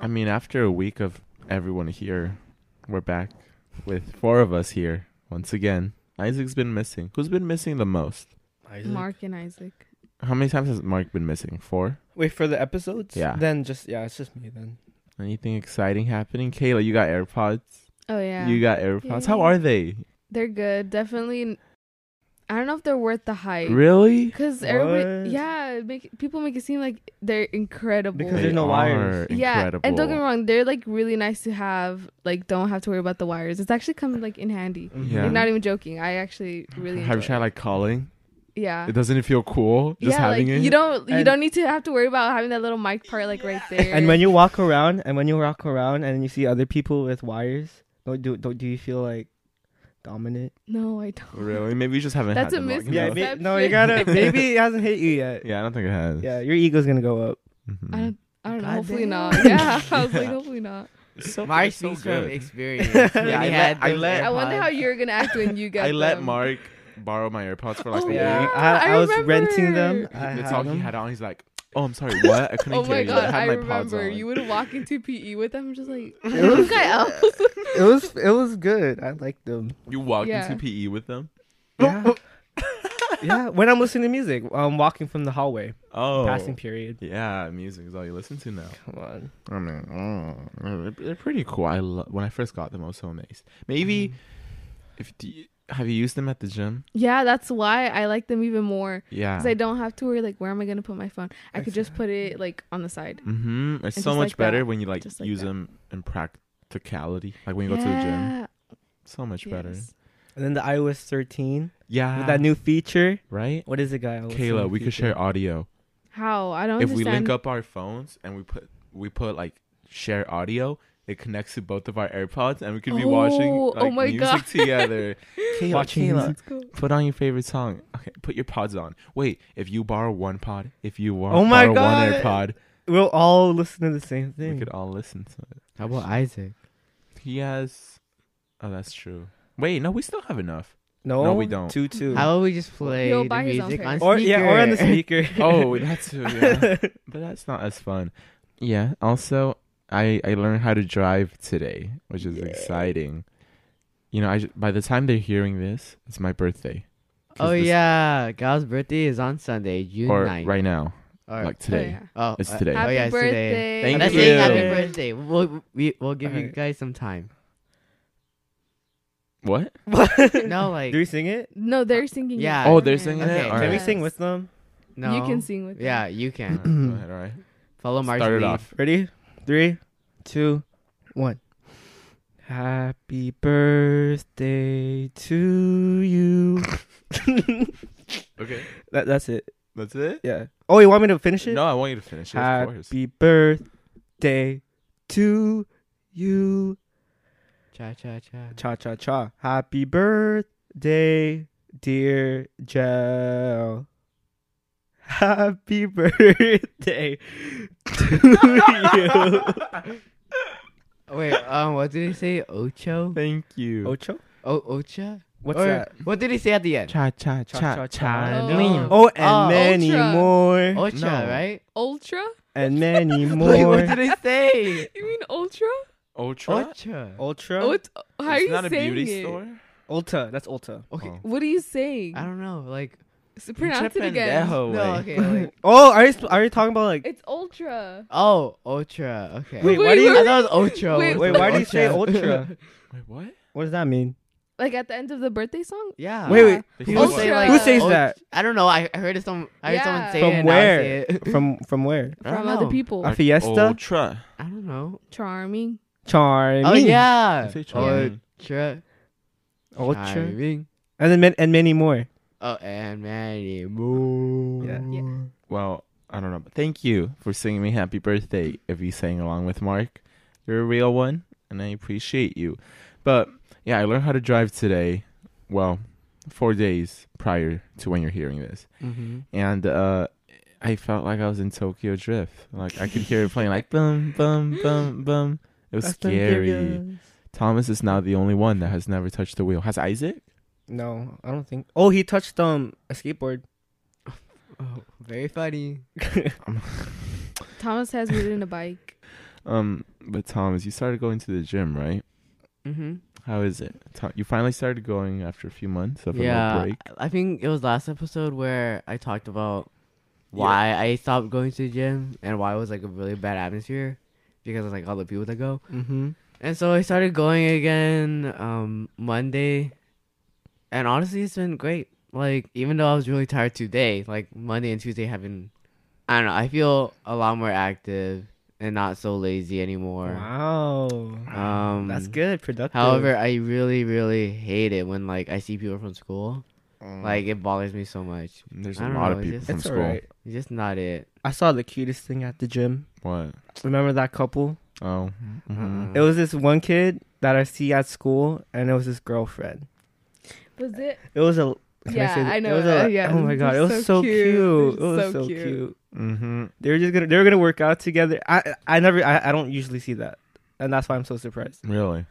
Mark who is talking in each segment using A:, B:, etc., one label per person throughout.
A: I mean, after a week of everyone here, we're back with four of us here once again. Isaac's been missing. Who's been missing the most?
B: Isaac.
C: Mark and Isaac.
A: How many times has Mark been missing? Four.
B: Wait for the episodes.
A: Yeah.
B: Then just yeah, it's just me then.
A: Anything exciting happening? Kayla, you got AirPods.
C: Oh yeah.
A: You got AirPods. How
C: Yeah.
A: are they?
C: they're good. Definitely. n- I don't know if they're worth the hype.
A: Really?
C: Because
B: What?
C: everybody, yeah, it make people make it seem like they're incredible.
B: Because there's no wires.
A: are
C: yeah, and don't get me
A: incredible.
C: wrong, they're like really nice to have. Like, don't have to worry about the wires. It's actually come like in handy.
B: Mm-hmm.
A: Yeah.
C: Like, not even joking. I actually really
A: Have you
C: enjoy.
A: tried
C: It.
A: like calling?
C: Yeah.
A: It doesn't it feel cool just
C: yeah,
A: having
C: like,
A: it?
C: You don't you
B: And-
C: don't need to have to worry about having that little mic part like right there.
B: and when you walk around, and when you walk around, and you see other people with wires, don't do don't, do you feel like dominant?
C: no, I don't.
A: Really? Maybe you just haven't.
C: That's
A: had
C: a
A: them long
C: miscon-
A: enough.
C: Yeah, may-
B: no, you gotta. Maybe it hasn't hit you yet.
A: Yeah, I don't think it has.
B: Yeah, your ego's gonna go up.
A: Mhm.
C: I don't. I don't know.
D: God
C: hopefully
D: damn.
C: not. Yeah, I was like, hopefully not.
A: So,
D: Mark
A: it's so
D: speaks from
A: good.
D: experience.
B: Yeah,
D: When he
A: I let-
D: had
A: I
D: those
A: let-
C: I wonder
D: AirPods.
C: how you're gonna act when you get.
A: I let
C: them.
A: Mark borrow my AirPods for like
C: Oh,
A: a
C: yeah.
A: week.
B: I, I,
C: I
B: was renting them.
C: remember.
B: I
A: That's
B: had
A: all
B: them.
A: he had on. He's like, "Oh, I'm sorry. What? I couldn't
C: Oh
A: hear
C: my
A: you.
C: god,
A: I had
C: I,
A: my pods
C: remember.
A: on."
C: You would walk into PE with them, just like
B: It was-
C: "You guy else.
B: It was it was good. I liked them.
A: You walked
C: Yeah.
A: into PE with them.
B: Yeah. yeah. When I'm listening to music, I'm walking from the hallway,
A: Oh,
B: passing period.
A: yeah, music is all you listen to now.
B: Come on.
A: I mean, oh, they're- they're pretty cool. I lo- when I first got them, I was so amazed. Maybe
C: Mm-hmm.
A: if do you, have you used them at the gym?
C: yeah, that's why I like them even more
A: Yeah.
C: because I don't have to worry like where am I gonna put my phone? I could just put it like on the side.
A: Mm-hmm. It's
C: And
A: so
C: just
A: much
C: like
A: better
C: that.
A: when you like,
C: Just like
A: use
C: that.
A: them in practicality, like when you go to the gym. So much better.
B: And then the iOS 13
A: Yeah.
B: with that new feature.
A: right?
B: What is it, guy?
A: Kayla, we could share audio
C: How I don't.
A: if we
C: understand.
A: link up our phones and we put we put like share audio. It connects to both of our AirPods, and we could be watching
C: Oh,
A: like
C: oh my
A: music
C: God.
A: together. Kayla,
B: Watching
A: Kayla,
B: music.
C: Let's go.
A: put on your favorite song. Okay, put your pods on. Wait, if you borrow one pod, if you want,
B: Oh my
A: borrow
B: God.
A: one AirPod,
B: We'll all listen to the same
A: we
B: thing.
A: could all listen to it.
D: How about Isaac?
A: He has. Oh, that's true. Wait, no, we still have enough.
B: No,
A: No, we don't.
B: Two, two.
D: How about Oh, we just play
C: He'll
D: the
C: buy his own
D: music
C: pair.
D: on
B: or yeah, or on the
D: sneaker?
B: speaker.
A: Oh, that's too. Yeah. but that's not as fun. Yeah. Also, I I learned how to drive today, which is exciting. You know, I ju- by the time they're hearing this, it's my birthday. 'Cause
D: Oh
A: this-
D: yeah, Gal's birthday is on Sunday, June
A: or
D: 9th.
A: right now,
D: Or-
A: like
C: Oh,
A: today.
C: yeah.
D: oh,
A: It's
D: uh,
A: today.
D: Oh
C: Happy
D: yeah, it's
C: birthday.
D: today.
A: Thank
D: That's saying
B: you.
D: happy birthday. We'll we, we'll give you
B: Alright.
D: guys some time.
A: What?
D: No, like
B: Do we sing it?
C: No, they're singing.
D: Yeah.
A: Oh, they're singing
D: Okay.
A: it. All
D: Can
B: Can we
A: right.
C: Yes.
B: sing with them?
D: no.
C: You can sing with.
D: Yeah, you can.
A: Go ahead. All right.
D: Follow Mark.
A: Start it off.
B: Ready? Three, two, one. Happy birthday to you.
A: Okay.
B: that, that's it.
A: That's it.
B: Yeah. Oh, you want me to finish it?
A: No, I want you to finish it. Of course.
B: Happy birthday to you.
D: Cha cha cha.
B: Cha cha cha. Happy birthday, dear Joe. Happy birthday to
D: Wait, um, what did he say? Ocho?
A: Thank you.
B: you. Ocho?
D: O Ocha?
B: What's
D: Or-
B: that?
D: What did he say at the end?
A: Cha cha cha
B: Cha,
A: cha.
B: cha, cha.
C: Oh.
B: Oh, and
D: Oh,
B: many
C: Ultra.
B: more.
D: Ocha,
A: No.
D: right?
C: Ultra?
B: And many
D: Wait,
B: more.
D: what did he say?
C: You mean ultra?
A: Ultra.
D: Ocha.
B: Ultra?
C: Oh, it's, how Oh, are
A: it's
C: you
A: not a
C: saying
A: beauty
C: it?
A: store.
B: Ulta. That's Ulta.
D: Okay.
A: Oh.
C: What are you saying?
D: I don't know. Like
C: S- Pronounce it again.
A: Pendejo,
D: no.
A: wey.
D: Okay. Like,
B: Oh, are you, sp- are you talking about like.
C: It's ultra.
D: oh, Ocha. Okay.
B: Wait,
C: Wait,
B: why do you.
D: I thought it was Ocho.
C: Wait,
B: Wait, why do you say Ultra?
A: Wait, what?
B: What does that mean?
C: Like at the end of the birthday song?
D: yeah.
B: Wait, wait.
A: They
D: People
A: said
D: say
C: Ultra.
D: like
B: Who says
D: Och-
B: that?
D: I don't know. I I heard it some. I heard someone
C: Yeah.
D: say
B: From
D: it. and
B: where?
D: I, was it.
B: From from where?
D: I don't
C: From other
D: know.
C: people.
B: A
A: oh.
B: fiesta?
A: Ultra.
D: I don't know.
C: Charming.
B: Charming.
D: Oh yeah.
A: Say charming.
D: Ocha.
B: Ultra.
D: Charming.
B: And then man- and many more.
D: Oh, and many more.
B: Yeah.
A: Well, I don't know. But thank you for singing me happy birthday if you sang along with Mark. You're a real one, and I appreciate you. But yeah, I learned how to drive today. Well, four days prior to when you're hearing this.
D: Mm-hmm.
A: And uh I felt like I was in Tokyo Drift. Like I could hear it playing like boom, boom, boom, boom. It was scary. Thomas is now the only one that has never touched the wheel. Has Isaac?
B: No, I don't think. Oh, he touched um a skateboard.
D: Oh, very funny.
C: Mm-hmm. Thomas has ridden a bike.
A: Um But Thomas, you started going to the gym, right?
D: Mm-hmm.
A: How is it? Tom, you finally started going after a few months of a
D: Yeah,
A: little break.
D: I think it was last episode where I talked about why I stopped going to the gym and why it was like a really bad atmosphere because of like all the people that go.
B: Mm-hmm.
D: And so I started going again um Monday. And honestly it's been great. Like even though I was really tired today, like Monday and Tuesday have been I don't know, I feel a lot more active and not so lazy anymore.
B: Wow.
D: Um
C: Mm.
B: That's good. Productive.
D: However, I really, really hate it when like I see people from school.
A: Mm.
B: Mm.
D: Like it bothers me so much.
A: there's a
D: I don't
A: lot
D: know,
A: of
D: it's
A: people
D: just-
A: from
B: it's
A: school.
B: alright.
D: It's just not it.
B: I saw the cutest thing at the gym.
A: What?
B: Remember that couple?
A: Oh,
D: Mm-hmm. Uh-uh. Uh-huh.
A: mhm.
B: Mm-hmm. It was this one kid that I see at school, and it was his girlfriend.
C: Was it?
B: It was a. Can
C: Yeah,
B: I, say
C: I
B: that?
C: know
B: It was a,
C: that, yeah.
B: Oh my god, it was
C: They're
B: so
C: so
B: cute.
C: cute.
B: It
C: They're
B: was
C: so
B: so
C: cute.
B: cute.
A: Mhm.
B: They were just gonna. They were gonna work out together. I. I never. I, I. don't usually see that, and that's why I'm so surprised.
A: Really?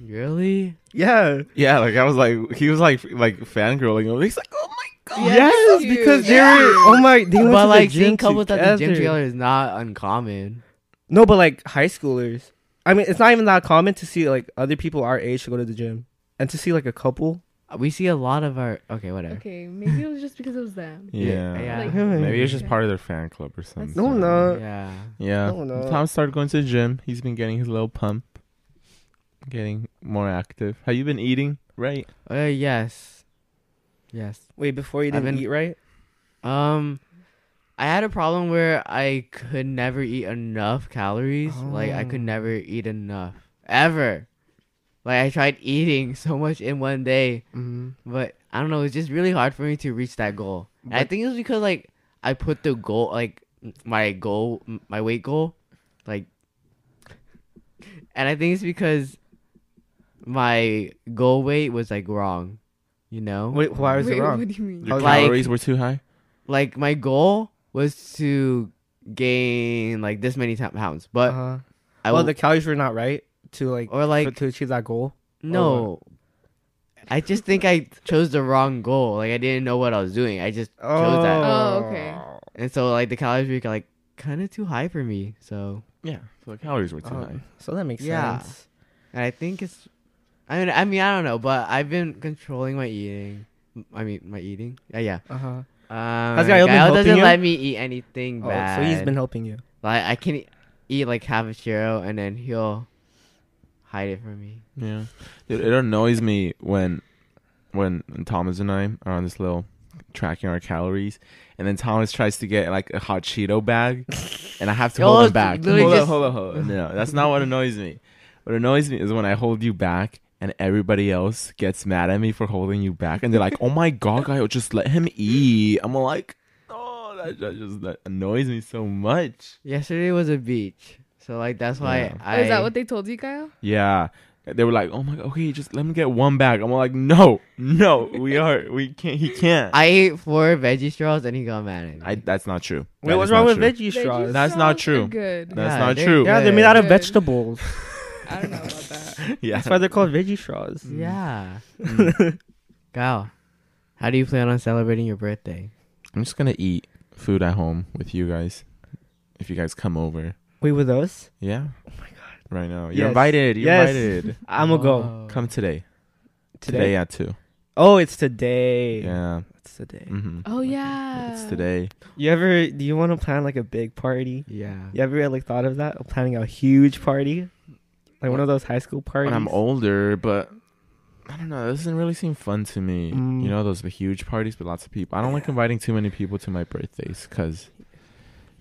D: Really?
B: Yeah.
A: Yeah, like I was like he was like like fangirling. over. He's like, oh my god.
C: Yeah,
B: yes,
C: cute.
B: because they were. Oh my. They went
D: but
B: to
D: like
B: the gym
D: seeing couples
B: together.
D: at the gym together is not uncommon.
B: No, but like high schoolers. I mean, it's not even that common to see like other people our age to go to the gym, and to see like a couple.
D: We see a lot of our okay, whatever.
C: Okay, maybe it was just because it was them.
A: Yeah.
D: Yeah.
C: Like-
A: Maybe it's just part of their fan club or something.
B: No, no. Uh,
D: yeah.
A: Yeah.
B: don't know.
A: Tom started going to the gym. He's been getting his little pump, getting more active. Have you been eating? Right.
D: Uh, yes. Yes.
B: Wait, before you
D: I've
B: didn't
D: been-
B: eat right.
D: Um, I had a problem where I could never eat enough calories. Like I could
B: Oh.
D: never eat enough ever. Like I tried eating so much in one day,
B: Mm-hmm.
D: but I don't know. It's just really hard for me to reach that goal. And I
B: But-
D: think it was because like I put the goal, like my goal, my weight goal, like, and I think it's because my goal weight was like wrong. You know,
B: Wait, why was
C: Wait,
B: it wrong?
C: What do you mean?
A: Your
D: Oh, Like-
A: calories were too high.
D: like my goal was to gain like this many ti- pounds, but
B: uh,
D: I
B: well,
D: will,
B: the calories were not right to like
D: or
B: like
D: like
B: to achieve that goal.
D: no. I just think I chose the wrong goal. Like I didn't know what I was doing. I just chose that,
C: Oh, okay.
D: and so like the calories were like kind of too high for me. So
A: Yeah. So the calories were too
B: Oh,
A: high.
B: so that makes
D: Yeah.
B: sense.
D: and I think it's. I mean, I mean, I don't know, but I've been controlling my eating. I mean, my eating. Yeah, yeah.
B: Uh huh.
D: Um,
B: Has Gael been
D: Gael
B: helping
D: doesn't
B: you?
D: let me eat anything
B: Oh,
D: bad.
B: so he's been helping you.
D: Like I can e- eat like half a churro and then he'll hide it from me.
A: Yeah. It, it annoys me when when Thomas and I are on this little tracking our calories and then Thomas tries to get like a hot Cheeto bag and I have to
D: Yo,
A: hold him
D: it's
A: back.
D: literally
A: Hold up,
D: just-
A: hold up, hold up. No, that's not what annoys me. What annoys me is when I hold you back and everybody else gets mad at me for holding you back and they're like, Oh my god, guy, just let him eat. I'm like, Oh, that, that just that annoys me so much.
D: Yesterday was a beach, so like that's why
A: Yeah.
D: I.
C: Oh, is that what they told you, Kyle?
A: Yeah. They were like, "Oh my god, okay, just let me get one bag." I'm like, "No, no, we are, we can't, he can't." I,
D: I ate four veggie straws and he got mad at me.
A: that's not true.
B: Wait,
A: That
B: what's
A: is not
B: wrong with
A: true.
B: veggie straws?
A: That's
C: straws
A: not
C: are
A: true.
C: Good.
A: That's
D: Yeah,
A: not
D: they're
A: true.
B: yeah, they're made out of
C: Good.
B: vegetables.
C: I don't know about that.
A: Yeah,
B: That's why they're called veggie straws.
D: Mm. Yeah. Gal, how do you plan on celebrating your birthday?
A: I'm just gonna eat food at home with you guys. If you guys come over,
B: Wait with us?
A: yeah. Oh my god, right now you're
B: Yes.
A: invited. You're
B: Yes.
A: invited.
B: I'm gonna go
D: Whoa.
A: Come today.
B: today.
A: at two.
B: Oh, it's today.
A: Yeah.
B: it's today.
A: hmm
C: Oh yeah.
B: Uh,
A: It's today.
B: You ever? Do you want to plan like a big party?
D: Yeah.
B: You ever like thought of that? Of Planning a huge party, like one of those high school parties.
A: When I'm older, but I don't know. This doesn't really seem fun to me.
B: Mm.
A: You know, those huge parties with lots of people. I don't like inviting too many people to my birthdays because.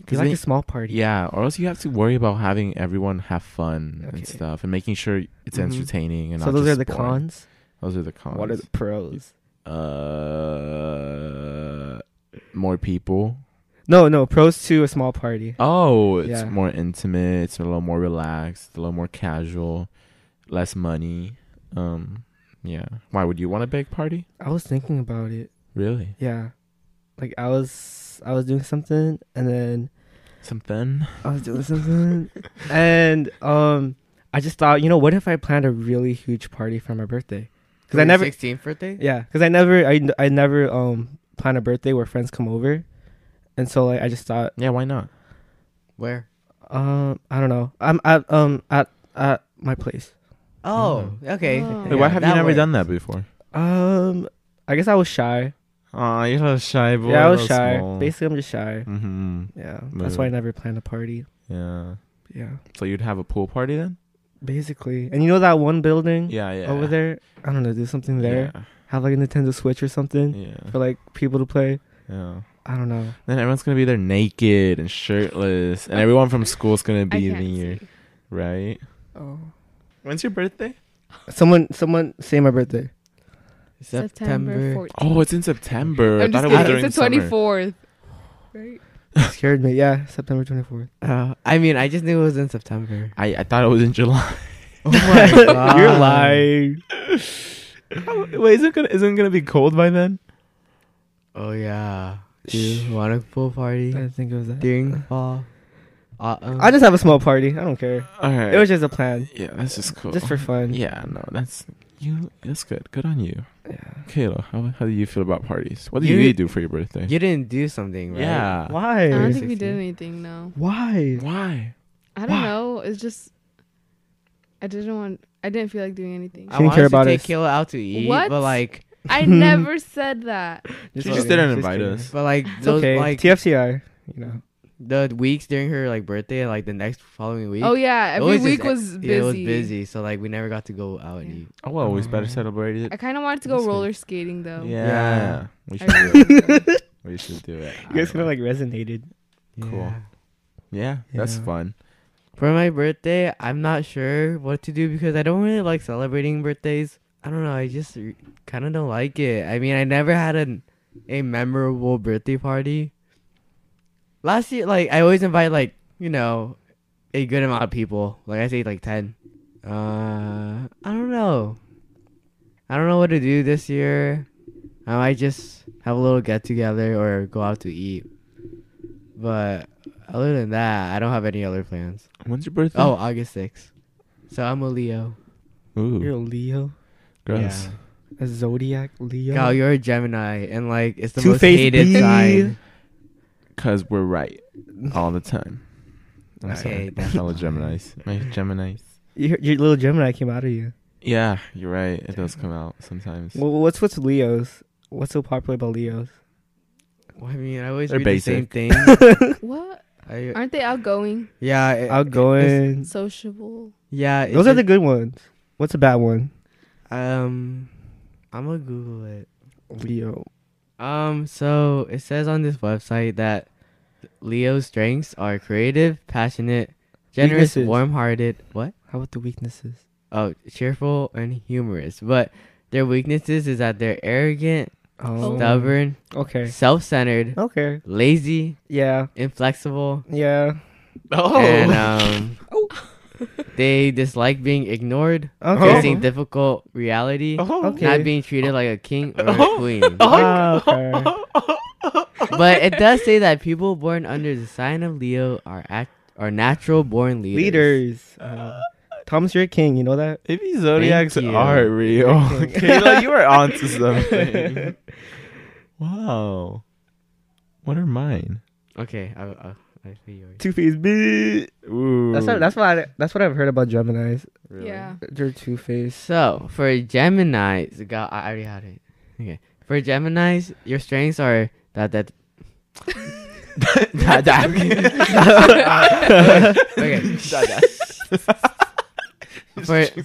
B: You like a small party.
A: Yeah, or else you have to worry about having everyone have fun
B: Okay.
A: and stuff, and making sure it's
B: Mhm.
A: entertaining and
B: So
A: not
B: those
A: just
B: are the
A: boring.
B: cons.
A: Those are the cons.
B: What are the pros?
A: uh more people?
B: No, no pros to a small party.
A: Oh, it's
B: Yeah.
A: more intimate. It's a little more relaxed. A little more casual. Less money. Um, yeah. Why would you want a big party?
B: I was thinking about it.
A: Really?
B: Yeah, like I was, I was doing something, and then
A: Something.
B: I was doing something, and um, I just thought, you know, what if I planned a really huge party for my birthday? Because I never,
D: 16th birthday?
B: yeah, because I never, I, I never um plan a birthday where friends come over, and so like I just thought,
A: Yeah. Why not?
D: Where?
B: Um, I don't know. I'm at um at at my place.
D: Oh, okay.
C: Oh.
A: Wait, why
D: Yeah,
A: have you never
D: works.
A: done that before?
B: Um, I guess I was shy.
A: Aw, you're a shy boy.
B: yeah, I was shy. Basically, I'm just shy.
A: Mm-hmm.
B: Yeah, that's why I never planned a party.
A: Yeah.
B: Yeah,
A: So you'd have a pool party then?
B: basically. And you know that one building
A: Yeah, yeah.
B: over there? I don't know. Do something there. Have like a Nintendo Switch or something
A: Yeah.
B: for like people to play.
A: yeah.
B: I don't know.
A: Then everyone's gonna be there naked and shirtless, and everyone from school's gonna
C: I
A: be
C: can't
A: there,
C: see.
A: right?
B: Oh.
A: When's your birthday?
B: Someone, someone, say my birthday.
C: September 14th.
A: Oh, it's in September.
C: I'm just
A: I thought
C: kidding.
A: it was
C: It's the
A: during summer.
C: 24th. Right?
B: Scared me. Yeah, September twenty fourth.
D: Uh, I mean, I just knew it was in September.
A: I, I thought it was in July.
D: Oh my god.
B: You're lying.
A: How- Wait, is it gonna isn't it gonna be cold by then?
D: Oh yeah. Do you want a pool party
B: I think it was that.
D: during fall? Uh, Autumn?
B: Uh, I just have a small party. I don't care.
A: All right.
B: It was just a plan,
A: yeah, that's just cool.
B: just for fun.
A: yeah, no, that's you. That's good. Good on you,
B: Yeah.
A: Kayla. How how do you feel about parties? What do you,
D: You-
A: do for your birthday?
D: you didn't do something, right?
A: Yeah.
C: I
B: Why?
C: don't think we did anything, no.
B: Why?
A: Why?
C: I don't know. It's just I didn't want I didn't feel like doing anything.
D: I
B: She didn't
D: wanted
B: care about
D: to take
B: us.
D: Kayla out to eat,
C: What?
D: but like,
C: I never said that.
A: She
B: kidding.
A: just didn't invite
B: kidding.
A: us.
D: but like
B: It's
D: those
B: okay.
D: like
B: TFCI. You know.
D: the weeks during her like birthday, like the next following week.
C: Oh yeah,
D: it
C: every
D: just
C: week
D: ex-
C: was busy.
D: yeah, it was busy, so like we never got to go out and
C: Yeah.
D: eat.
A: Oh well, we better
B: Oh.
A: celebrate it.
C: I kind of wanted to go
A: That's good.
C: roller skating though.
A: yeah.
D: Yeah.
A: we
C: I
A: should do
C: really
A: it.
C: did.
A: We should do it. I
B: You guys
A: don't
B: kind
A: know.
B: of like resonated.
A: Cool.
D: Yeah.
A: Yeah, that's
B: Yeah.
A: fun.
D: For my birthday, I'm not sure what to do because I don't really like celebrating birthdays. I don't know. I just kind of don't like it. I mean, I never had an a memorable birthday party. Last year, like I always invite like you know a good amount of people. Like I say, like ten. Uh, I don't know. I don't know what to do this year. I might just have a little get together or go out to eat. But other than that, I don't have any other plans.
A: When's your birthday?
D: Oh,
B: Hmm.
D: August 6th. So I'm a Leo.
A: Ooh,
B: You're a Leo.
A: gross.
B: A zodiac Leo.
D: Gal, you're a Gemini, and like it's the most
B: Two-faced
D: hated
B: bee.
D: sign.
A: Cause we're right all the time. I'm
D: I
A: sorry,
D: hate
A: my
D: that.
A: fellow Gemini's. My Gemini's.
B: your, your little Gemini came out of you.
A: Yeah, you're right. It does come out sometimes.
B: Well, what's what's Leos? What's so popular about Leos?
D: Well, I mean, I always
A: They're
D: read the same
A: basic.
D: thing.
C: What?
D: I,
C: Aren't they outgoing,
D: yeah, it- it's-
B: Outgoing.
C: sociable?
D: Yeah, it's
B: Those are the
D: just-
B: good ones. What's a bad one?
D: um. I'm gonna Google it.
B: Leo.
D: Um. So it says on this website that Leo's strengths are creative, passionate, generous,
B: Weaknesses.
D: warm-hearted. What?
B: How about the weaknesses?
D: Oh, cheerful and humorous. But their weaknesses is that they're arrogant,
B: Oh.
D: stubborn,
B: Okay.
D: self-centered,
B: Okay.
D: lazy,
B: Yeah.
D: inflexible,
B: Yeah.
A: Oh,
D: and um, they dislike being ignored,
B: Okay.
D: facing difficult reality,
B: Okay. Oh.
D: not being treated like a king or a queen.
A: Oh,
B: Ah, okay.
D: But it does say that people born under the sign of Leo are act- are natural born leaders.
B: Leaders. Uh, Thomas, you're a king. You know that?
A: maybe zodiacs
D: Thank you.
A: are real.
B: Thank you.
A: Kayla, you are onto something. wow, what are mine?
D: Okay, I, I, I see yours.
B: Two faced bitch.
A: Ooh,
B: That's what, that's what I, that's what I've heard about Gemini's.
A: really?
C: Yeah.
B: They're two faced.
D: So for Gemini, God, I already had it. Okay, for Gemini's, your strengths are that that. that, that. okay. For-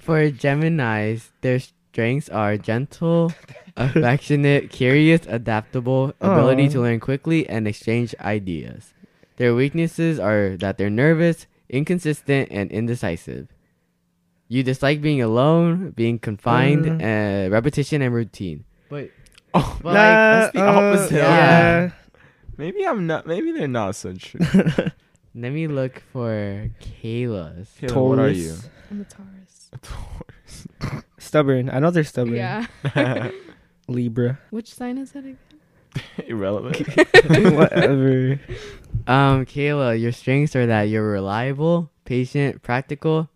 D: For Geminis, their strengths are gentle, affectionate, curious, adaptable, ability
B: Aw.
D: to learn quickly, and exchange ideas. Their weaknesses are that they're nervous, inconsistent, and indecisive. You dislike being alone, being confined, uh, repetition, and routine. But,
A: Oh,
D: but like,
A: that's the opposite.
B: uh,
D: Yeah.
A: Maybe I'm not. Maybe they're not so true.
D: let me look for Kayla's.
A: Kayla, what are
B: Taurus.
A: you?
C: I'm a Taurus.
B: Stubborn. I know they're stubborn.
C: Yeah.
B: Libra.
C: Which sign is that again?
A: Irrelevant.
B: Whatever.
D: Um, Kayla, your strengths are that you're reliable, patient, practical,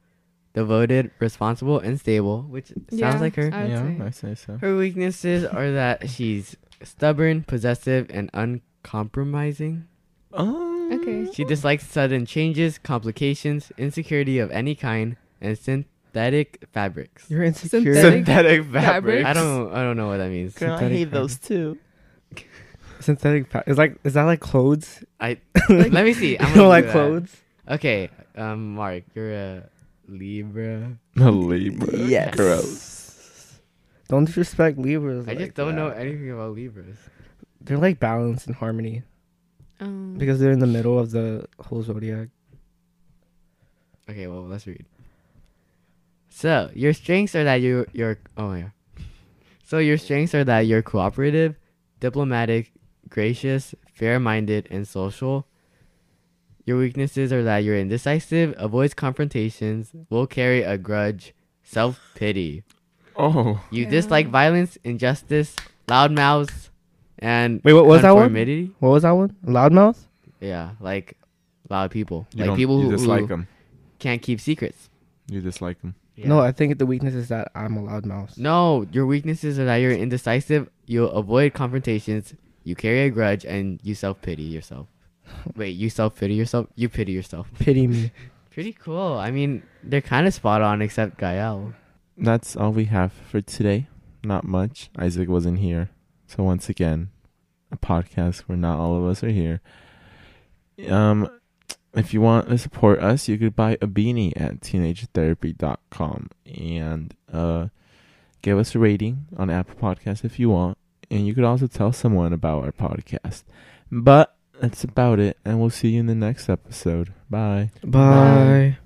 D: devoted, responsible, and stable, which sounds
C: Yeah,
D: like her.
C: I would say.
A: I say so.
D: Her weaknesses are that she's stubborn, possessive, and uncompromising.
A: Oh.
C: Okay.
D: She dislikes sudden changes, complications, insecurity of any kind, and synthetic fabrics.
B: You're insecure.
C: Synthetic-
A: Synthetic
C: fabrics.
A: fabric.
D: I don't I don't know what that means.
A: Girl, I
B: synthetic
A: hate those too.
B: synthetic pa- is like is that like clothes?
D: I
B: like,
D: let me see. I'm
B: you
D: gonna
B: know, like
D: do that.
B: clothes.
D: Okay, um, Mark, you're a Libra.
A: A Libra.
D: Yes.
A: Gross.
B: Don't disrespect Libras.
D: I just
B: like
D: don't know
B: that.
D: anything about Libras.
B: They're like balance and harmony
C: Um,
B: because they're in the middle of the whole zodiac.
D: Okay, well let's read. So your strengths are that you you're oh my. God. So your strengths are that you're cooperative, diplomatic, gracious, fair-minded, and social. Your weaknesses are that you're indecisive, avoids confrontations, will carry a grudge, self-pity.
A: Oh.
D: You
C: Yeah.
D: dislike violence, injustice, loud mouths, and
B: Wait, what was that one?
D: conformity.
B: What was that one? Loudmouth.
D: Yeah, like loud people,
A: You
D: like
A: don't,
D: people
A: you
D: who,
A: dislike
D: who
A: them.
D: can't keep secrets.
A: You dislike them.
B: No, I think the weakness is that I'm a loudmouth.
D: No, your weaknesses are that you're indecisive, you avoid confrontations, you carry a grudge, and you self pity yourself. Wait, you self pity yourself? You pity yourself.
B: Pity me.
D: Pretty cool. I mean, they're kind of spot on, except Gael.
A: That's all we have for today. Not much. Isaac wasn't here. So once again, a podcast where not all of us are here. Um if you want to support us, you could buy a beanie at teenagetherapy.com and uh give us a rating on Apple Podcasts if you want. And you could also tell someone about our podcast. But that's about it, and we'll see you in the next episode. Bye.
B: Bye.